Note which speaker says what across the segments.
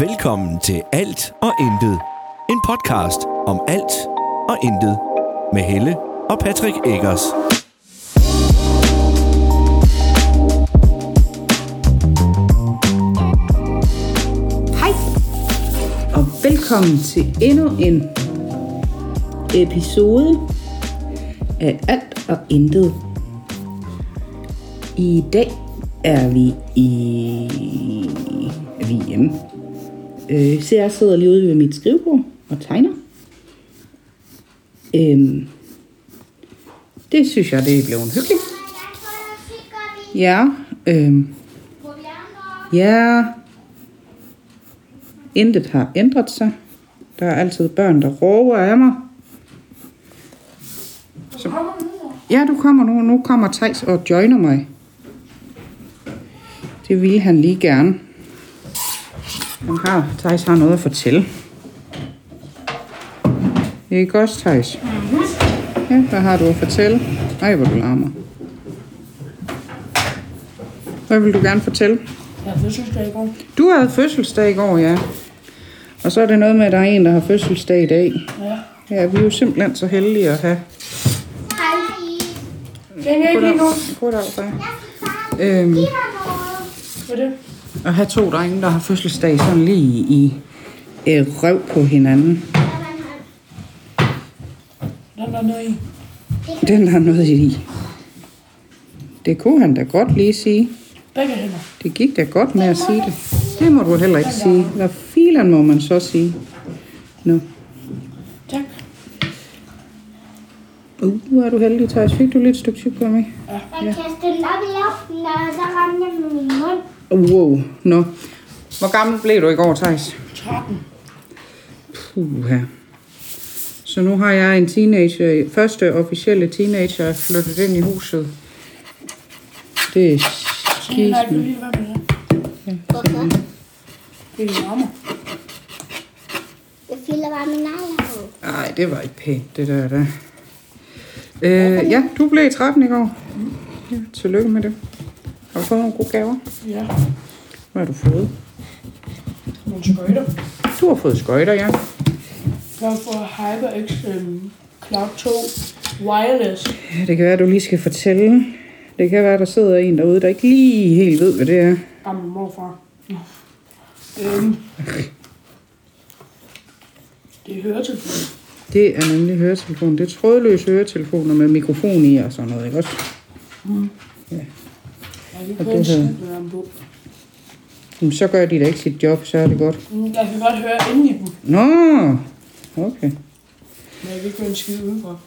Speaker 1: Velkommen til Alt og Intet. En podcast om alt og intet. Med Helle og Patrick Eggers.
Speaker 2: Hej, og velkommen til endnu en episode af Alt og Intet. I dag er vi i... Er vi hjemme? Øh, så jeg sidder lige ude ved mit skrivebord og tegner. Øhm, det synes jeg, det er blevet hyggeligt. Ja, øhm, ja, Intet har ændret sig. Der er altid børn, der råber af mig. Så... Ja, du kommer nu. Nu kommer Tejs og joiner mig. Det ville han lige gerne. Han har, Thijs har noget at fortælle. Ikke også, Thijs? Ja, hvad har du at fortælle? Ej, hvor du larmer. Hvad vil du gerne fortælle?
Speaker 3: Jeg har fødselsdag i går.
Speaker 2: Du havde fødselsdag i går, ja. Og så er det noget med, at der er en, der har fødselsdag i dag.
Speaker 3: Ja.
Speaker 2: Ja, vi er jo simpelthen så heldige at have.
Speaker 3: Den er ikke lige nu.
Speaker 2: Goddag, far. Øhm,
Speaker 3: Hvad er det?
Speaker 2: at have to drenge, der har fødselsdag sådan lige i øh, røv på hinanden.
Speaker 3: Den er nede i.
Speaker 2: Den har noget i. Det kunne han da godt lige sige.
Speaker 3: Begge hænder.
Speaker 2: Det gik da godt med at sige det. Det må du heller ikke sige. Hvad filen må man så sige? Nå.
Speaker 3: Tak.
Speaker 2: Uh, hvor er du heldig, Thijs. Fik du lidt stykke tyggegummi?
Speaker 4: Jeg kaster den op i luften, og så ramte jeg med min mund.
Speaker 2: Wow, nå. Hvor gammel blev du i går, Thijs?
Speaker 3: 13.
Speaker 2: Puha. Så nu har jeg en teenager, første officielle teenager flyttet ind i huset. Det er
Speaker 3: Så jeg
Speaker 2: skis
Speaker 3: har ikke lige, hvad med det. Det er en armer.
Speaker 4: Jeg fylder bare min nejler på.
Speaker 2: Nej, det var ikke pænt, det der. der. Øh, ja, du blev i 13 i går. Ja, tillykke med det. Har du fået nogle gode gaver?
Speaker 3: Ja.
Speaker 2: Hvad har du fået?
Speaker 3: Nogle skøjter.
Speaker 2: Du har fået skøjter, ja.
Speaker 3: Jeg har fået HyperX øhm, Cloud 2 Wireless.
Speaker 2: Det kan være, du lige skal fortælle. Det kan være, der sidder en derude, der ikke lige helt ved, hvad det er.
Speaker 3: Gammel morfar. Øhm. Det er høretelefon.
Speaker 2: Det er nemlig høretelefon. Det er trådløse høretelefoner med mikrofon i og sådan noget, ikke også?
Speaker 3: Jeg kan ikke
Speaker 2: Og
Speaker 3: høre en
Speaker 2: det her.
Speaker 3: skid, når jeg er på.
Speaker 2: Jamen, så gør de da ikke sit job, så er det godt.
Speaker 3: Mm, Jeg kan godt høre inde i dem,
Speaker 2: Nå, okay.
Speaker 3: men jeg kan ikke høre en skid udenfor.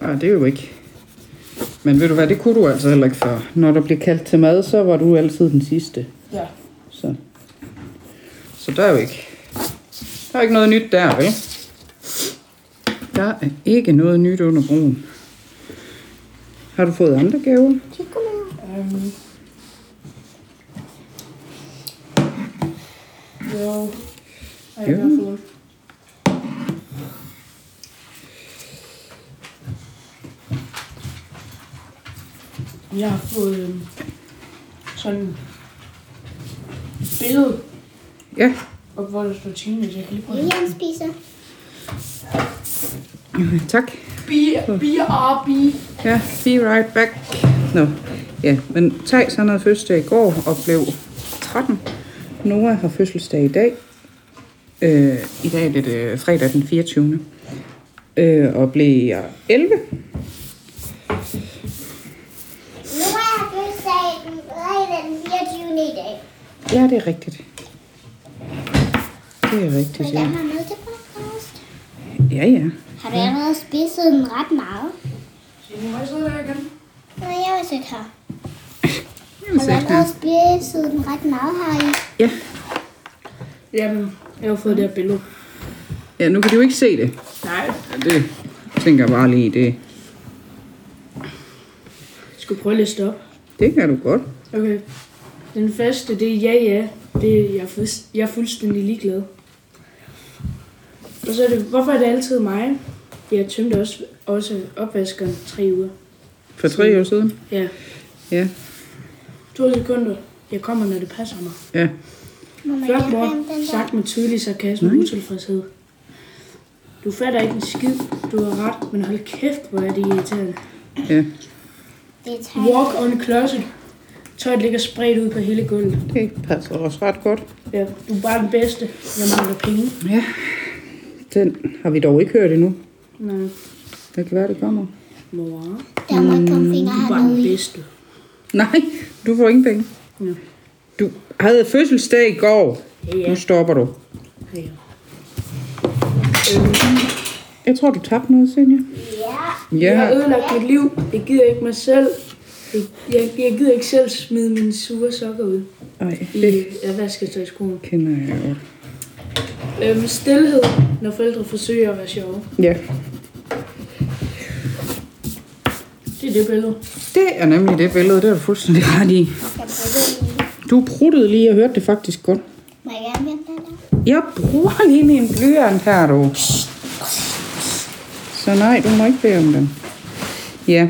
Speaker 2: Ah, det er jo ikke. Men ved du hvad, det kunne du altså heller ikke før. Når der blev kaldt til mad, så var du altid den sidste.
Speaker 3: Ja.
Speaker 2: Så, så der er jo ikke... Der er ikke noget nyt der, vel? Der er ikke noget nyt under broen. Har du fået andre gaver?
Speaker 3: Øhm. Jo. Ej, jeg har fået. Jeg har fået øhm, sådan et billede
Speaker 2: Ja,
Speaker 3: op, hvor der står teenage. Jeg kan lige prøve
Speaker 4: William spiser.
Speaker 2: tak.
Speaker 3: det. BRB.
Speaker 2: Ja, be right back. Nå, ja, men Thijs han havde fødselsdag i går og blev 13. Noah har fødselsdag i dag. Øh, I dag er det øh, fredag den 24. Øh, og bliver 11.
Speaker 4: Nu har jeg fødselsdag den fredag den 24. i dag.
Speaker 2: Ja, det er rigtigt. Det er rigtigt,
Speaker 4: Vil du
Speaker 2: ja.
Speaker 4: have med til podcast?
Speaker 2: Ja, ja.
Speaker 4: Har du allerede spist den ret meget?
Speaker 3: Se, nu må jeg sidde der igen.
Speaker 4: Nå, jeg vil sætte her. Har
Speaker 2: Jamen,
Speaker 4: du
Speaker 2: så er
Speaker 4: allerede spist den ret meget her i?
Speaker 2: det- Ja.
Speaker 3: Jamen, jeg har fået det her billede.
Speaker 2: ja, nu kan du jo ikke se det.
Speaker 3: Nej,
Speaker 2: Ja, det tænker jeg bare lige, det,
Speaker 3: jeg skulle prøve at liste op.
Speaker 2: det kan du godt.
Speaker 3: Okay. Den første, det er ja, ja. Det er, jeg, er fuldst- jeg er fuldstændig ligeglad. Og så er det, hvorfor er det altid mig? Jeg tømte også, også opvaskeren tre uger.
Speaker 2: For tre år siden.
Speaker 3: Ja,
Speaker 2: Ja,
Speaker 3: to sekunder. Jeg kommer, når det passer mig.
Speaker 2: ja.
Speaker 4: Må man
Speaker 3: Flot
Speaker 4: hjælpe
Speaker 3: mor,
Speaker 4: ham, den der?
Speaker 3: sagt med tydelig sarkasme og utilfredshed. Du fatter ikke en skid, du har ret, men hold kæft, hvor er det irriterende.
Speaker 2: Ja,
Speaker 4: Det er tegn.
Speaker 3: Walk on closet. Tøjet ligger spredt ud på hele gulvet.
Speaker 2: det passer også ret godt.
Speaker 3: Ja, du er bare den bedste. Jeg mangler penge.
Speaker 2: Ja, den har vi dog ikke hørt endnu.
Speaker 3: Nej,
Speaker 2: Det kan være, det kommer.
Speaker 3: mor.
Speaker 4: Der må ikke komme fingre
Speaker 3: Du er bare
Speaker 4: hernede
Speaker 3: den
Speaker 4: i.
Speaker 3: bedste.
Speaker 2: Nej, du får ingen penge.
Speaker 3: Ja.
Speaker 2: Du havde fødselsdag i går.
Speaker 3: Ja.
Speaker 2: Nu stopper du.
Speaker 3: Ja.
Speaker 2: Jeg tror, du tabte noget, Senja.
Speaker 4: Ja.
Speaker 3: Jeg
Speaker 2: Ja,
Speaker 3: har ødelagt mit liv. Jeg gider ikke mig selv. Jeg- Jeg, jeg gider ikke selv smide mine sure sokker ud
Speaker 2: Ej,
Speaker 3: i
Speaker 2: det
Speaker 3: øh, vasketøjskolen.
Speaker 2: kender jeg jo.
Speaker 3: Øhm, stilhed, når forældre forsøger at være sjove.
Speaker 2: Ja,
Speaker 3: Det er det billede.
Speaker 2: det er nemlig det billede, det er du fuldstændig ret i.
Speaker 4: Jeg prøver lige.
Speaker 2: Du pruttede lige, jeg hørte det faktisk godt.
Speaker 4: Må jeg gerne hjælpe den der?
Speaker 2: Jeg bruger lige min blyant her, du. Så nej, du må ikke bede om den. Ja.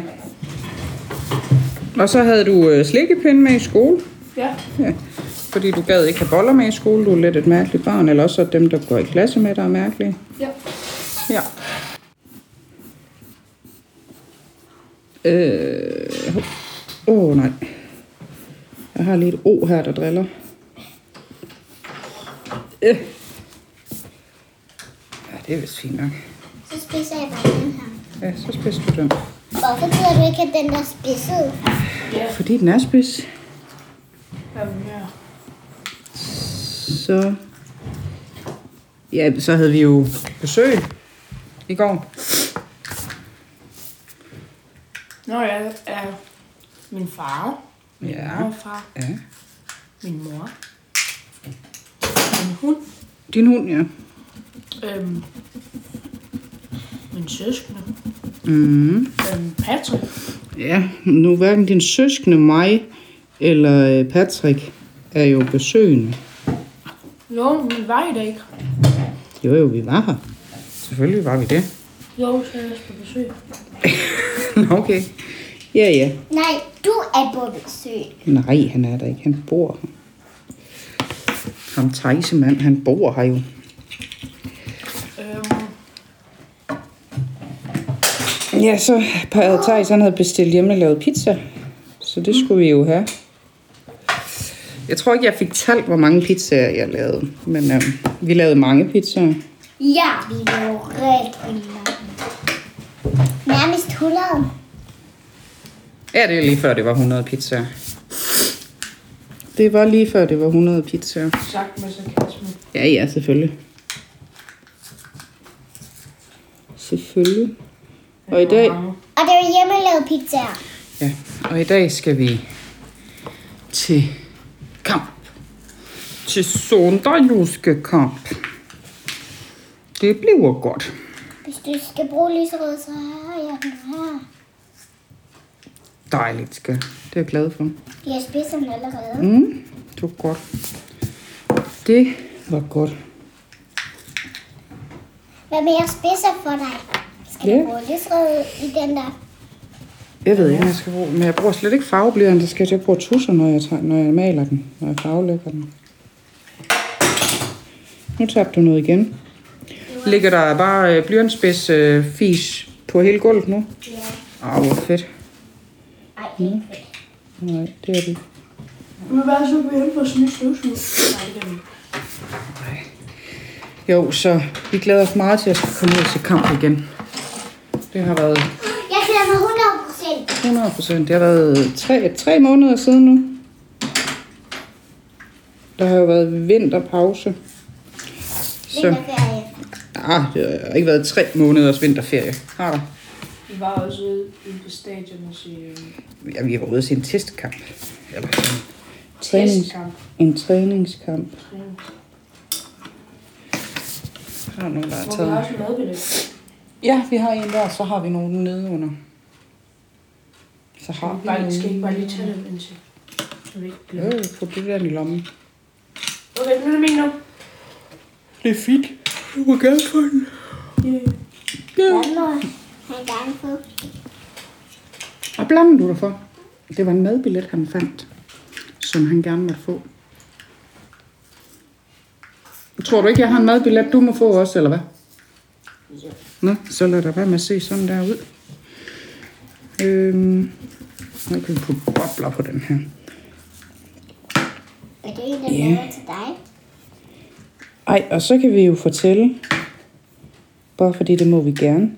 Speaker 2: Og så havde du øh, slikkepinde med i skole.
Speaker 3: Ja.
Speaker 2: Ja. Fordi du gad ikke have boller med i skole. Du er lidt et mærkeligt barn. Eller også er det dem, der går i klasse med dig, er mærkelige.
Speaker 3: Ja.
Speaker 2: Ja. Øh, hov. Åh, oh, nej. Jeg har lige et O her, der driller. Øh. Ja, det er vist fint nok.
Speaker 4: Så spiser jeg bare den her.
Speaker 2: Ja, så spids du den.
Speaker 4: Hvorfor gider du ikke, at den der spidsede?
Speaker 2: Fordi den er spids,
Speaker 3: Øhm,
Speaker 2: så... Ja, så havde vi jo besøg i går.
Speaker 3: Nå, jeg er min far,
Speaker 2: Ja.
Speaker 3: far,
Speaker 2: ja.
Speaker 3: min mor, min hund,
Speaker 2: Din hund, ja.
Speaker 3: øhm, min søskende,
Speaker 2: Mm.
Speaker 3: øhm, Patrick,
Speaker 2: Ja, nu hverken din søskende, mig eller øh, Patrick er jo besøgende.
Speaker 3: Jo, men var I da ikke?
Speaker 2: Jo, jo, vi var her. Selvfølgelig var vi det.
Speaker 3: Jo, så er jeg på besøg.
Speaker 2: okay. Ja, ja.
Speaker 4: Nej, du er på besøg.
Speaker 2: Nej, han er der ikke. Han bor her. Ham Theisemand, han bor her jo.
Speaker 3: Øhm,
Speaker 2: Ja, så havde Thijs, han havde bestilt hjemmelavet pizza. Så det skulle vi jo have. Jeg tror ikke, jeg fik talt, hvor mange pizzaer jeg lavede. Men øh, vi lavede mange pizzaer.
Speaker 4: Ja, vi er jo rigtig mange. Nærmest 100.
Speaker 2: Ja, det er lige før, det var 100 pizzaer. Det var lige før, det var 100 pizzaer.
Speaker 3: sagt med sarkasme.
Speaker 2: Ja, ja, selvfølgelig. Selvfølgelig. Og i dag,
Speaker 4: Og det er hjemmelavet pizzaer.
Speaker 2: ja, og i dag skal vi til kamp. Til sønderjyske-kamp. Det bliver godt.
Speaker 4: Hvis du skal bruge lyserød, så har jeg den her.
Speaker 2: Dejligt, skal. Det er jeg glad for.
Speaker 4: Jeg spiser den allerede.
Speaker 2: Mm, det var godt. Det var godt.
Speaker 4: Hvad med jeg spiser for dig? Skal
Speaker 2: Ja.
Speaker 4: du bruge lyserød i den der?
Speaker 2: Jeg ved ikke, hvad jeg skal bruge, men jeg bruger slet ikke farveblyanter. Så skal jeg til at bruge tusser, når jeg, tager, når jeg maler den, når jeg farvelægger den. Nu tabte du noget igen. Ligger der bare øh, blyantspids øh, fis på hele gulvet nu?
Speaker 4: Ja.
Speaker 2: Åh, hvor fedt.
Speaker 4: Ej, ikke
Speaker 2: Mm.
Speaker 4: fedt.
Speaker 2: Nej, det er det.
Speaker 3: Men hvad så vi hjemme på sådan en støvsug? Nej, det kan vi ikke.
Speaker 2: Jo, så vi glæder os meget til at skulle komme ud til kamp igen. Det har været
Speaker 4: Jeg glæder mig 100 procent.
Speaker 2: 100 procent. Det har været tre, tre måneder siden nu. Der har jo været vinterpause. Så,
Speaker 4: Vinterferie.
Speaker 2: ah, det har ikke været tre måneders vinterferie. Har der?
Speaker 3: Vi var også ude ude på stadion og se øhm,
Speaker 2: Ja, vi har været ude til en testkamp. Eller sådan en trænings,
Speaker 3: testkamp.
Speaker 2: en træningskamp.
Speaker 3: Træning.
Speaker 2: Der er nogen, der har
Speaker 3: Hvor vi
Speaker 2: taget.
Speaker 3: har også madbillet.
Speaker 2: Ja, vi har en der, så har vi nogen nede under. Så har vi
Speaker 3: Nej, vi skal
Speaker 2: nogen.
Speaker 3: ikke bare lige tage dem indtil. Jeg vil ikke glemme.
Speaker 2: Øh, få det der i lommen.
Speaker 3: Okay, nu er det min nu.
Speaker 2: Det er fint. Du må gerne få den.
Speaker 4: Hvad må han gerne få?
Speaker 2: Og blander du dig for? Det var en madbillet, han fandt, som han gerne måtte få. Tror du ikke, jeg har en madbillet, du må få også, eller hvad? Nå, så lad der være med at se sådan der ud. Øhm, nu kan vi putte bobler på den her.
Speaker 4: Er det en, der yeah. laver til dig?
Speaker 2: Ej, og så kan vi jo fortælle, bare fordi det må vi gerne.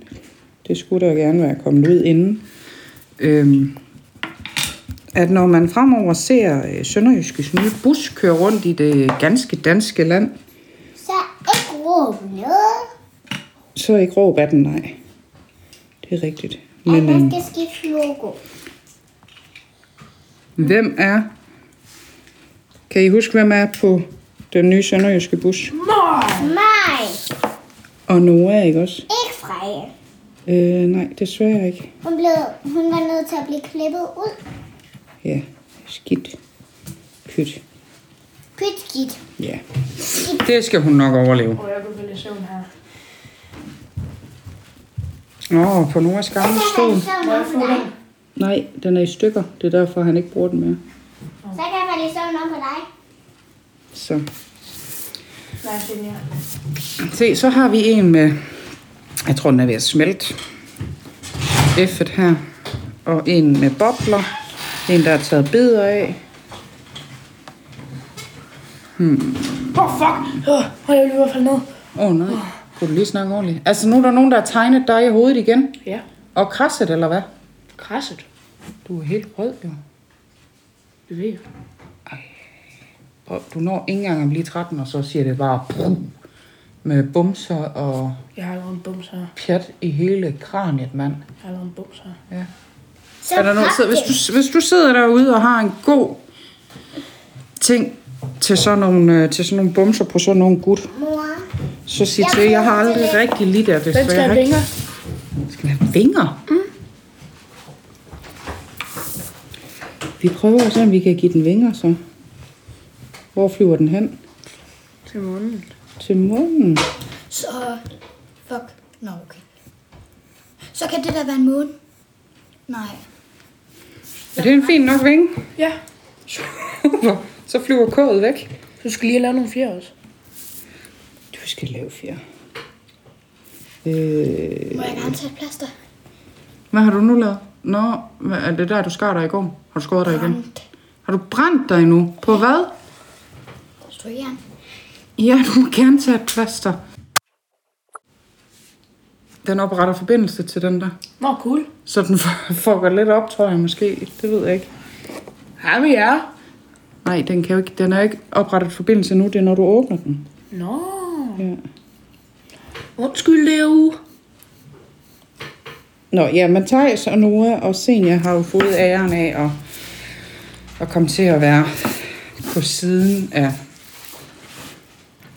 Speaker 2: Det skulle der jo gerne være kommet ud inden. Øhm, at når man fremover ser øh, Sønderjyskes nye bus køre rundt i det ganske danske land,
Speaker 4: Så ikke råb noget.
Speaker 2: så ikke råb af den nej. Det er rigtigt.
Speaker 4: Men,
Speaker 2: Men
Speaker 4: der
Speaker 2: øhm,
Speaker 4: skal skifte logo.
Speaker 2: hvem er... Kan I huske, hvem er på den nye Sønderjyske bus?
Speaker 4: Nej,
Speaker 2: Og Noah, ikke også?
Speaker 4: ikke Freja.
Speaker 2: Øh, nej, desværre ikke.
Speaker 4: Hun, blev, hun var nødt til at blive klippet ud.
Speaker 2: Ja, skidt. Pyt.
Speaker 4: Pyt skidt.
Speaker 2: Ja. Det skal hun nok overleve.
Speaker 3: Og jeg kunne vælge søvn her.
Speaker 2: Åh, oh, på Noahs gamle
Speaker 4: Så kan
Speaker 2: stol.
Speaker 4: han sove om på dig.
Speaker 2: Nej, den er i stykker. Det er derfor, han ikke bruger den mere.
Speaker 4: Så kan han lige sove om på dig.
Speaker 2: Så.
Speaker 3: Nej, søvn her.
Speaker 2: Se, så har vi en med... Jeg tror, den er ved at smelte. F'et her. Og en med bobler. En, der er taget bidder af.
Speaker 3: Åh, fuck! Åh, oh, jeg vil i hvert fald ned.
Speaker 2: Hmm. Åh, oh, nej. Kunne du lige snakke ordentligt? Altså, nu er der nogen, der har tegnet dig i hovedet igen.
Speaker 3: Ja,
Speaker 2: Og krasset, eller hvad?
Speaker 3: krasset.
Speaker 2: Du er helt rød, jo.
Speaker 3: Det ved jeg.
Speaker 2: Og du når ikke engang at blive 13, og så siger det bare brum, med bumser og
Speaker 3: Jeg har allerede en bums her.
Speaker 2: pjat i hele kraniet, mand.
Speaker 3: Jeg har allerede en bums her.
Speaker 2: Ja.
Speaker 4: Så
Speaker 2: Er der noget,
Speaker 4: pop
Speaker 2: så hvis,
Speaker 4: det.
Speaker 2: du, hvis du sidder derude og har en god ting til sådan nogle, øh, til sådan nogle bumser på sådan nogle gut,
Speaker 4: Mor,
Speaker 2: så sig til, jeg har aldrig rigtig lidt af det.
Speaker 3: Den
Speaker 2: så
Speaker 3: skal
Speaker 2: jeg
Speaker 3: have
Speaker 2: har ikke-
Speaker 3: vinger.
Speaker 2: Skal have vinger? Mm. Vi prøver at se, om vi kan give den vinger, så. Hvor flyver den hen?
Speaker 3: Til morgenen.
Speaker 2: Til månen.
Speaker 5: Så... Fuck. Nå, okay. Så kan det da være en måne. Nej.
Speaker 2: Er det en fin nok vinge?
Speaker 3: Ja.
Speaker 2: så flyver kået væk.
Speaker 3: Du skal lige have lavet nogle fjer også.
Speaker 2: Du skal lave fjer.
Speaker 5: Må
Speaker 2: Øh,
Speaker 5: jeg gerne tage et plaster?
Speaker 2: hvad har du nu lavet? Nå, hvad er det der, du skar dig i går? Har du skåret dig igen?
Speaker 5: Brændt.
Speaker 2: Har du brændt dig nu? På hvad?
Speaker 5: Strygjern.
Speaker 2: Ja, du må gerne tage et plaster. Den opretter forbindelse til den der.
Speaker 3: Nå, cool.
Speaker 2: Så den fucker lidt op, tror jeg måske. Det ved jeg ikke.
Speaker 3: Hej med jer.
Speaker 2: Nej, den, kan jo ikke, den er jo ikke oprettet forbindelse nu. Det er, når du åbner den.
Speaker 3: Nå.
Speaker 2: Ja.
Speaker 3: Undskyld, Leo.
Speaker 2: Nå, ja, men Thijs og Nora og Senja har jo fået æren af at, at komme til at være på siden af...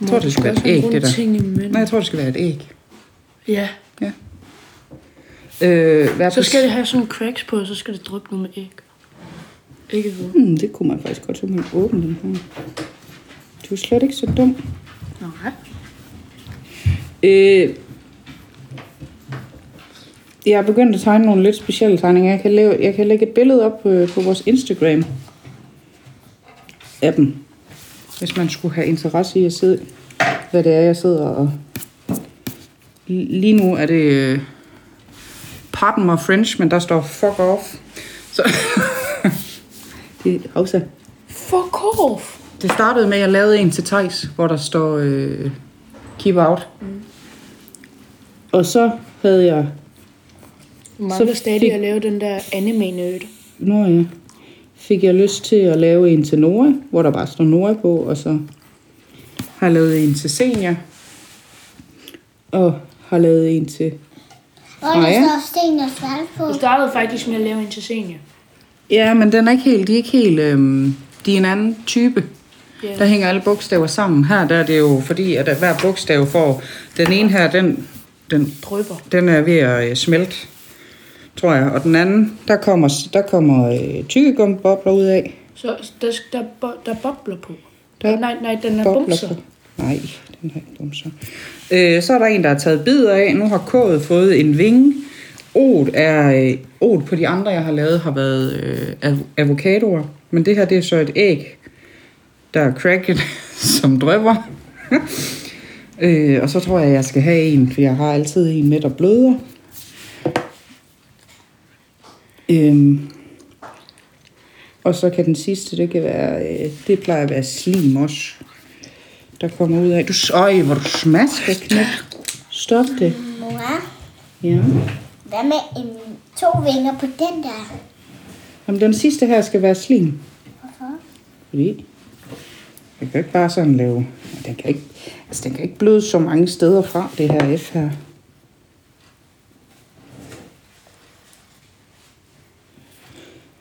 Speaker 2: Jeg tror, det skal være et æg, det der.
Speaker 3: Ting imellem.
Speaker 2: Nej, jeg tror, det skal være et æg.
Speaker 3: Ja.
Speaker 2: Ja. Øh, være
Speaker 3: Så
Speaker 2: på
Speaker 3: skal det have sådan cracks på, og så skal det dryppe noget med æg. Ikke ved.
Speaker 2: Hmm, det kunne man faktisk godt, så man åbne den her. Du er slet ikke så dum.
Speaker 3: Nej.
Speaker 2: Øh, jeg er begyndt at tegne nogle lidt specielle tegninger. Jeg kan, lave, jeg kan lægge et billede op øh, på vores Instagram af dem. Hvis man skulle have interesse i at se, hvad det er, jeg sidder og... L- Lige nu er det... Øh, pardon my French, men der står fuck off. Så... det er Hausa.
Speaker 3: Fuck off.
Speaker 2: Det startede med, at jeg lavede en til Tejs, hvor der står øh, Keep Out. Mm. Og så havde jeg...
Speaker 3: Du mangler
Speaker 2: Så
Speaker 3: stadig
Speaker 2: fik-
Speaker 3: at lave den der anime-nøde.
Speaker 2: Nå ja, fik jeg lyst til at lave en til Nora, hvor der bare står Nora på, og så har jeg lavet en til Senior. Og har lavet en til...
Speaker 4: hvor
Speaker 2: Nå
Speaker 4: der
Speaker 2: ja.
Speaker 4: står sten og svald på.
Speaker 3: Du startede faktisk med at lave en til senior.
Speaker 2: Ja, men den er ikke helt... De er ikke helt... Øhm, de er en anden type.
Speaker 3: Ja.
Speaker 2: Der hænger alle bogstaver sammen. Her der er det jo fordi, at hver bogstav får... Den ene her, den, den
Speaker 3: Drøber.
Speaker 2: Den er ved at øh, smelte, tror jeg. Og den anden, der kommer, der kommer øh, tykkegummibobler ud af.
Speaker 3: Så der, der, bo- der bobler på.
Speaker 2: Der
Speaker 3: Der, nej, nej, den er
Speaker 2: bobler
Speaker 3: bumser.
Speaker 2: på. Nej, den er ikke bumser. Øh, så er der en, der har taget bidder af. Nu har K'et fået en vinge. O't er... Øh, O't på de andre, jeg har lavet, har været øh, av- avocadoer. Men det her, det er så et æg, der er cracket, som drøber. Øh, og så tror jeg, jeg skal have en, for jeg har altid en med, der bløder. Øhm. Og så kan den sidste, det kan være, øh, det plejer at være slim også, der kommer ud af. Du, øj, hvor du smasker, knæk. Stop det.
Speaker 4: Mor,
Speaker 2: Ja.
Speaker 4: hvad med en, to vinger på den der?
Speaker 2: Jamen, den sidste her skal være slim.
Speaker 4: Hvorfor?
Speaker 2: Fordi jeg kan jo ikke bare sådan lave... Den kan ikke, altså, den kan ikke bløde så mange steder fra, det her F her.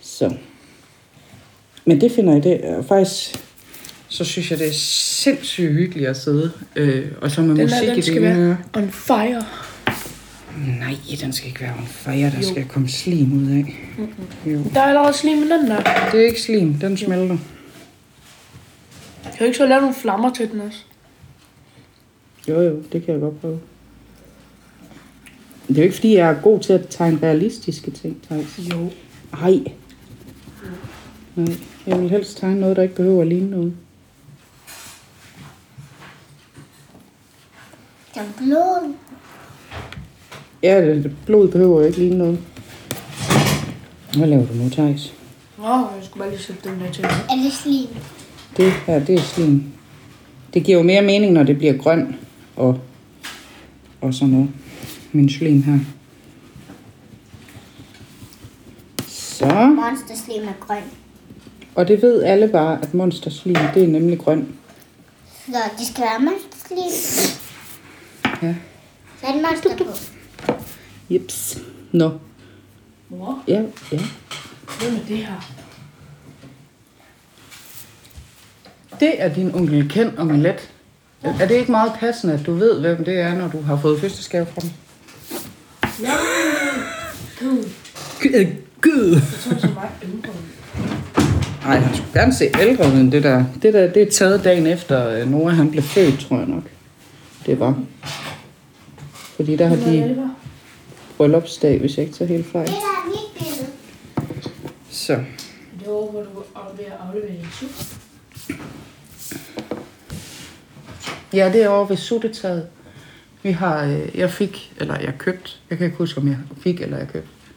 Speaker 2: Så. Men det finder jeg det. Og faktisk, så synes jeg, det er sindssygt hyggeligt at sidde. Øh, og så med
Speaker 3: Den
Speaker 2: musik
Speaker 3: her,
Speaker 2: i
Speaker 3: den skal
Speaker 2: det
Speaker 3: være
Speaker 2: øre.
Speaker 3: on fire.
Speaker 2: Nej, den skal ikke være on fire. Der jo. skal komme slim ud af. Mm-hmm. Jo.
Speaker 3: Der er allerede slim i den der.
Speaker 2: Det er ikke slim. Den smelter.
Speaker 3: Jeg har ikke så lavet nogle flammer til den også.
Speaker 2: Jo, jo, det kan jeg godt prøve. Det er jo ikke, fordi jeg er god til at tegne realistiske ting, Thijs.
Speaker 3: Jo.
Speaker 2: Ej. Nej, jeg vil helst tegne noget, der ikke behøver at ligne noget.
Speaker 4: Den blå.
Speaker 2: Ja, det, det- blod behøver jo ikke ligne noget. Hvad laver du nu, Thijs?
Speaker 3: Nå, jeg skulle bare lige sætte den der til.
Speaker 4: Er det slim?
Speaker 2: Det her, det er slim. Det giver jo mere mening, når det bliver grøn og, og sådan noget. Min slim her. Så.
Speaker 4: Monster slim er grøn.
Speaker 2: Og det ved alle bare, at monster slim, det er nemlig grøn.
Speaker 4: Så det skal være monster slim.
Speaker 2: Ja.
Speaker 4: Så er det monster på.
Speaker 2: Jeps. Nå.
Speaker 3: Mor,
Speaker 2: Ja, ja.
Speaker 3: hvad med det her?
Speaker 2: Det er din onkel Ken og Milet. Er det ikke meget passende, at du ved, hvem det er, når du har fået fødselsgave fra dem? Gud. Gud.
Speaker 3: Jeg tror, det er så meget ændret.
Speaker 2: Ej, han skulle gerne se ældre ud end det der. Det der, det er taget dagen efter, øh, Nora han blev født, tror jeg nok. Det var. Fordi der har de bryllupsdag, hvis jeg ikke tager helt fejl.
Speaker 4: Det der er mit billede.
Speaker 2: Så.
Speaker 3: Det var, hvor du var ved at aflevere din tur.
Speaker 2: Ja, det er over ved suttetaget. Vi har, øh, jeg fik, eller jeg købte, jeg kan ikke huske, om jeg fik eller jeg købte.
Speaker 4: Det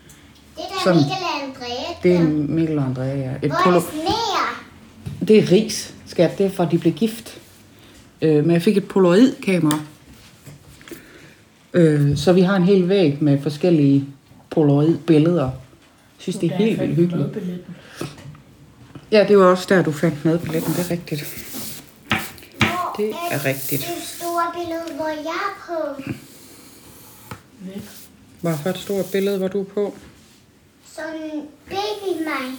Speaker 4: der er
Speaker 2: Sådan.
Speaker 4: Michael og Andrea.
Speaker 2: Det er Mikkel og Andrea, ja. Et
Speaker 4: Hvor
Speaker 2: polo.
Speaker 4: det sneer.
Speaker 2: Det er ris, skat. Det er fra, de blev gift. Øh, men jeg fik et polaroidkamera. Øh, så vi har en hel væg med forskellige polaroidbilleder. Jeg synes, det er helt vildt hyggeligt. Ja, det var også der, du fandt madbilletten. Det er rigtigt.
Speaker 4: Hvor
Speaker 2: Det er rigtigt.
Speaker 4: det store billede, hvor jeg er på?
Speaker 3: Væk.
Speaker 2: Hvorfor et stort billede, var du på?
Speaker 4: Sådan baby mig.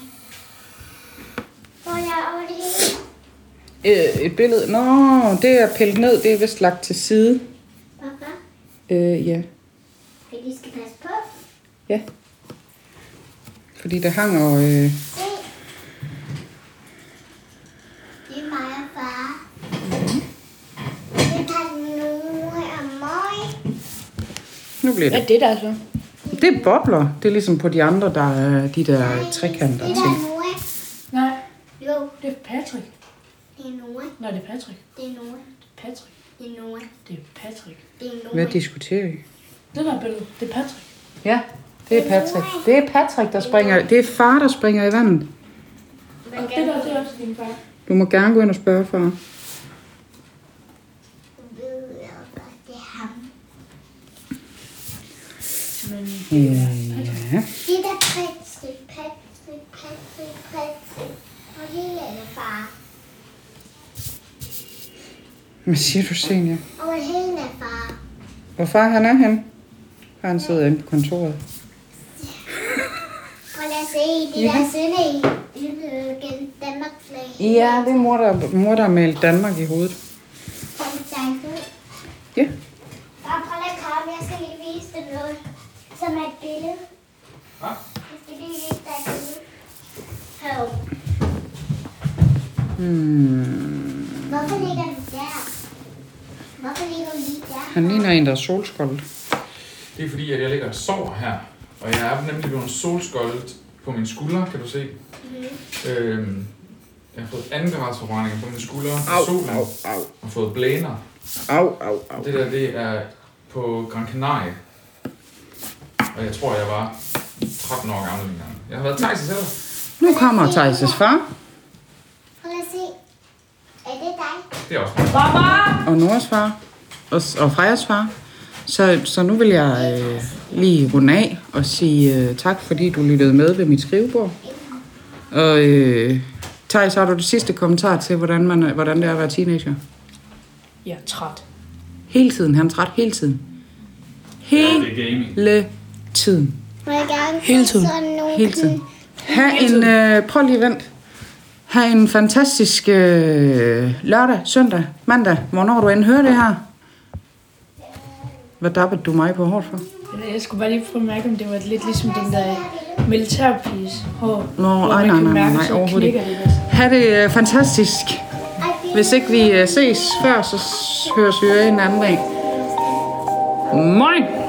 Speaker 4: Hvor jeg er over det hele.
Speaker 2: Øh, et billede? Nå, det er pillet ned. Det er vist lagt til side.
Speaker 4: Papa,
Speaker 2: Øh, ja.
Speaker 4: fordi de skal passe på.
Speaker 2: Ja. Fordi der hang og... Øh,
Speaker 4: Se. Det er mig og far. Det er Nora og mig.
Speaker 2: nu bliver
Speaker 3: Hvad
Speaker 2: det.
Speaker 3: er det der så?
Speaker 2: Det er bobler. Det er ligesom på de andre, der er de der trekanter
Speaker 4: Det
Speaker 2: ting.
Speaker 4: er Nora.
Speaker 3: Nej,
Speaker 4: Jo,
Speaker 3: det er Patrick.
Speaker 4: det er Nora.
Speaker 3: Nej, det er Patrick.
Speaker 4: Det er Nora.
Speaker 3: Patrick.
Speaker 4: Det er Nora.
Speaker 3: Det er Patrick.
Speaker 4: Det er Nora.
Speaker 2: Hvad diskuterer I?
Speaker 3: Det der billede, det er Patrick.
Speaker 2: Ja, det er Patrick. Det er Patrick, der springer. Det er far, der springer i vandet.
Speaker 3: Og det der, det er også din far.
Speaker 2: Du må gerne gå ind og spørge far.
Speaker 4: ved jeg godt, det er ham.
Speaker 3: Men
Speaker 2: Ja, ja.
Speaker 4: Det der Patrick, Patrick, Patrick, Patrick. Og det er far.
Speaker 2: Hvad siger du, Senior?
Speaker 4: Og Helena er far.
Speaker 2: Hvor far han er han? Har han siddet inde på kontoret?
Speaker 4: Prøv lige at se, det der sønne i løbet gennem Danmark flag.
Speaker 2: Ja, det er mor, der, mor, der har malet Danmark i hovedet.
Speaker 4: Kom, tak.
Speaker 2: Ja.
Speaker 4: Bare prøv lige at komme, jeg skal lige vise dig noget, som er et billede. Hvad? Jeg skal lige vise dig et billede. Hov.
Speaker 2: Hmm.
Speaker 4: Hvorfor ligger du der? Hvorfor ligger du lige der?
Speaker 2: Han ligner en, der er solskoldet.
Speaker 6: Det er fordi, at jeg ligger og sover her, og jeg er nemlig blevet solskoldet på min skulder, kan du se. Mm. Øhm, Jeg har fået anden grads forbrændinger på mine skuldre,
Speaker 2: Au,
Speaker 6: på solen,
Speaker 2: au, au,
Speaker 6: og fået blæner.
Speaker 2: au, au, au.
Speaker 6: Det der, det er på Gran Canaria. Og jeg tror, jeg var 13 år gammel dengang. Jeg har været tak til selv.
Speaker 2: Nu kommer Thijs' far
Speaker 4: Prøv at se. Er det dig?
Speaker 6: Det er også mig.
Speaker 2: og Noras far og, og Frejas far. Så, så nu vil jeg øh, lige runde af og sige øh, tak, fordi du lyttede med ved mit skrivebord. Og øh, Thijs, har du det sidste kommentar til, hvordan, man, hvordan det er at være teenager?
Speaker 3: Jeg er træt.
Speaker 2: Hele tiden. Han er træt hele tiden. Hele tiden.
Speaker 4: Må jeg gerne Hele tiden. sådan nogle
Speaker 2: Hele tiden. Ha' en, øh, prøv lige vent. Ha' en fantastisk øh, lørdag, søndag, mandag, hvornår du end hører det her. Hvad dabbede du mig på hårdt for?
Speaker 3: Jeg skulle bare lige prøve at mærke, om det var lidt ligesom den der militærpiges hår.
Speaker 2: Nå, nej, nej, nej, nej, overhovedet ikke. Ha' det øh, fantastisk. Hvis ikke vi øh, ses før, så s- høres vi jo en anden dag. Moin!